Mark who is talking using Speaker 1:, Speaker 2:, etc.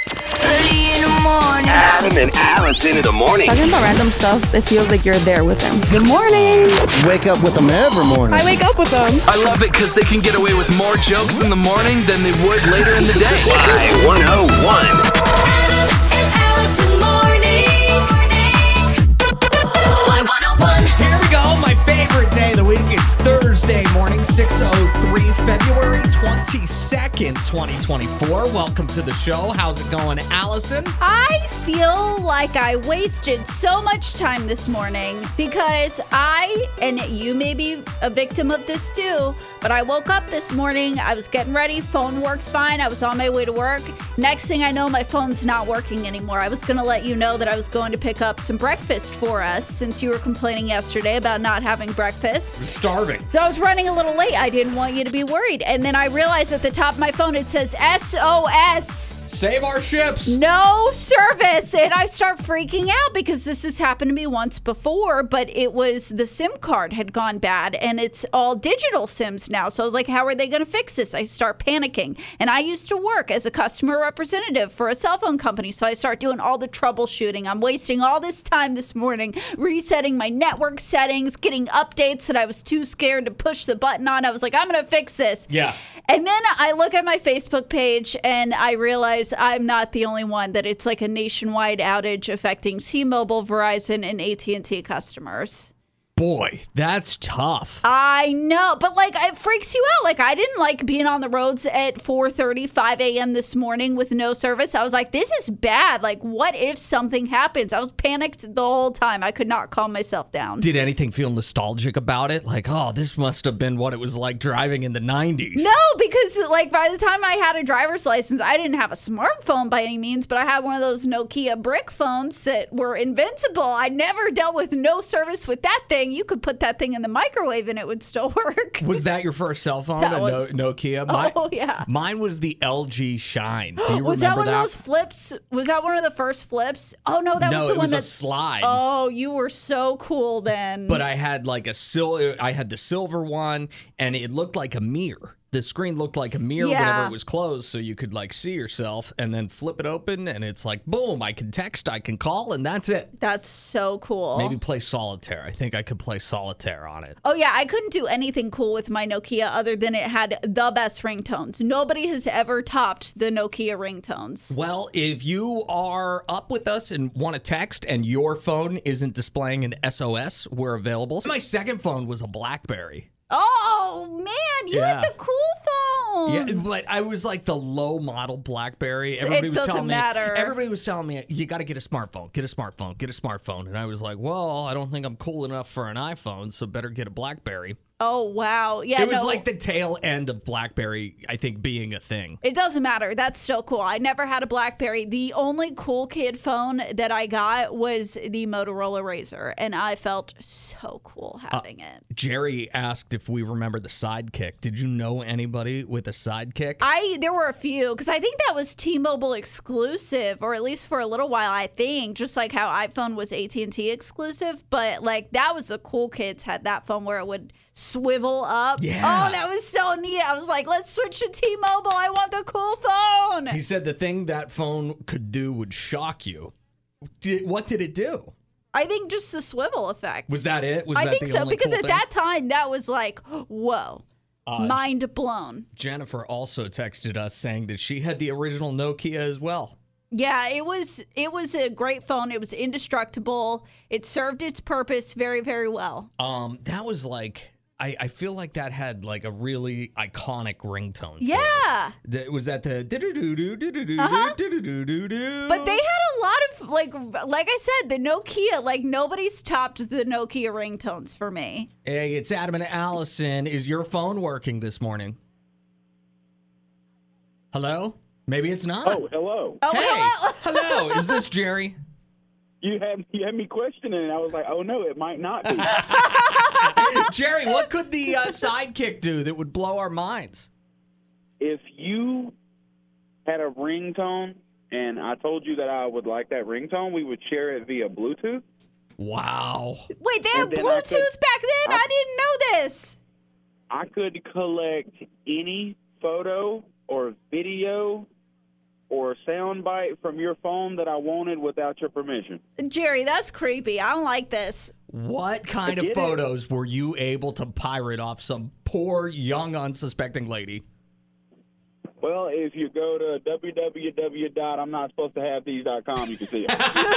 Speaker 1: Early in the morning.
Speaker 2: Adam and Allison in the morning.
Speaker 3: Talking about random stuff, it feels like you're there with them.
Speaker 1: Good morning.
Speaker 4: Wake up with them every morning.
Speaker 3: I wake up with them.
Speaker 5: I love it because they can get away with more jokes in the morning than they would later in the day.
Speaker 2: Why 101.
Speaker 6: Adam and Allison mornings. 101.
Speaker 7: Here we go, my favorite day of the week. It's Thursday morning, 6.03, February 22nd, 2024. Welcome to the show. How's it going, Allison?
Speaker 8: I feel like I wasted so much time this morning because I, and you may be a victim of this too, but I woke up this morning. I was getting ready. Phone works fine. I was on my way to work. Next thing I know, my phone's not working anymore. I was going to let you know that I was going to pick up some breakfast for us since you were complaining yesterday about not having breakfast.
Speaker 7: Starving.
Speaker 8: So I was running a little late. I didn't want you to be worried. And then I realized at the top of my phone it says SOS
Speaker 7: Save our ships.
Speaker 8: no service and i start freaking out because this has happened to me once before but it was the sim card had gone bad and it's all digital sims now so i was like how are they going to fix this i start panicking and i used to work as a customer representative for a cell phone company so i start doing all the troubleshooting i'm wasting all this time this morning resetting my network settings getting updates that i was too scared to push the button on i was like i'm going to fix this
Speaker 7: Yeah.
Speaker 8: and then I look at my Facebook page and I realize I'm not the only one that it's like a nationwide outage affecting T-Mobile, Verizon, and AT&T customers.
Speaker 7: Boy, that's tough.
Speaker 8: I know, but like it freaks you out. Like I didn't like being on the roads at 4:30, 5 a.m. this morning with no service. I was like, this is bad. Like, what if something happens? I was panicked the whole time. I could not calm myself down.
Speaker 7: Did anything feel nostalgic about it? Like, oh, this must have been what it was like driving in the 90s.
Speaker 8: No, because like by the time I had a driver's license, I didn't have a smartphone by any means, but I had one of those Nokia brick phones that were invincible. I never dealt with no service with that thing. You could put that thing in the microwave and it would still work.
Speaker 7: Was that your first cell phone?
Speaker 8: That
Speaker 7: a
Speaker 8: was-
Speaker 7: no- Nokia?
Speaker 8: Oh, yeah.
Speaker 7: Mine was the LG Shine. Do you
Speaker 8: Was that
Speaker 7: remember
Speaker 8: one of those flips? Was that one of the first flips? Oh no, that
Speaker 7: No,
Speaker 8: was the
Speaker 7: it
Speaker 8: one
Speaker 7: was a
Speaker 8: that's-
Speaker 7: slide.
Speaker 8: Oh, you were so cool then.
Speaker 7: but I had like a sil- I had the silver one, and it looked like a mirror. The screen looked like a mirror whenever
Speaker 8: Yeah.
Speaker 7: it was closed, so you could like see yourself, and then flip it open, and it's like boom! I can text, I can call, and that's it.
Speaker 8: that's so cool.
Speaker 7: Maybe play solitaire. I think I could play solitaire on it.
Speaker 8: Oh yeah, I couldn't do anything cool with my Nokia other than it had the best ringtones. Nobody has ever topped the Nokia ringtones.
Speaker 7: Well, if you are up with us and want to text and your phone isn't displaying an SOS, we're available. My second phone was a Blackberry.
Speaker 8: Oh man, you
Speaker 7: Yeah.
Speaker 8: had the cool
Speaker 7: Yeah,
Speaker 8: phones.
Speaker 7: but I was like the low model BlackBerry.
Speaker 8: It
Speaker 7: Everybody was
Speaker 8: doesn't
Speaker 7: telling
Speaker 8: matter.
Speaker 7: me. Everybody was telling me you got to get a smartphone, get a smartphone, get a smartphone, and I was like, well, I don't think I'm cool enough for an iPhone, so better get a BlackBerry.
Speaker 8: oh wow, yeah.
Speaker 7: it was
Speaker 8: no.
Speaker 7: like the tail end of BlackBerry, I think, being a thing.
Speaker 8: It doesn't matter. That's still cool. I never had a BlackBerry. The only cool kid phone that I got was the Motorola Razor, and I felt so cool
Speaker 7: Uh,
Speaker 8: having it.
Speaker 7: Jerry asked if we remember the sidekick. Did you know anybody with a sidekick?
Speaker 8: I there were a few because I think that was T-Mobile exclusive, or at least for a little while. I think just like how iPhone was AT and T exclusive, but like that was the cool kids had that phone where it would swivel up.
Speaker 7: Yeah.
Speaker 8: Oh, that was so neat. I was like, let's switch to T-Mobile. I want the cool phone.
Speaker 7: he said the thing that phone could do would shock you. Did, what did it do?
Speaker 8: I think just the swivel effect.
Speaker 7: Was that it? Was
Speaker 8: I
Speaker 7: that
Speaker 8: think
Speaker 7: the
Speaker 8: so
Speaker 7: only
Speaker 8: because
Speaker 7: cool
Speaker 8: at
Speaker 7: thing?
Speaker 8: that time that was like, whoa, mind blown.
Speaker 7: Jennifer also texted us saying that she had the original Nokia as well.
Speaker 8: Yeah, it was it was a great phone. It was indestructible. It served its purpose very very well.
Speaker 7: Um, that was like I, I feel like that had like a really iconic ringtone. to it.
Speaker 8: Yeah.
Speaker 7: That- was that the do
Speaker 8: But they had a lot of like like I said, the Nokia, like nobody's topped the Nokia ringtones for me.
Speaker 7: Hey, it's Adam and Allison. Is your phone working this morning? Hello? Maybe it's not.
Speaker 9: Oh, hello.
Speaker 8: Oh,
Speaker 7: hey.
Speaker 8: hello.
Speaker 7: hello. Is this Jerry?
Speaker 9: You had you had me questioning, and I was like, oh no, it might not be.
Speaker 7: Jerry, what could the uh, sidekick do that would blow our minds?
Speaker 9: if you had a ringtone, and I told you that I would like that ringtone, we would share it via Bluetooth.
Speaker 7: Wow.
Speaker 8: Wait, they had
Speaker 9: And then I
Speaker 8: Bluetooth
Speaker 9: could-
Speaker 8: back then. I, didn't know this.
Speaker 9: I could collect any photo or video or soundbite from your phone that I wanted without your permission.
Speaker 8: Jerry, that's creepy. I don't like this.
Speaker 7: What kind of
Speaker 9: Forget it.
Speaker 7: photos were you able to pirate off some poor, young, unsuspecting lady?
Speaker 9: Well, if you go to www.imnotsupposedtohavethese.com, you can see it.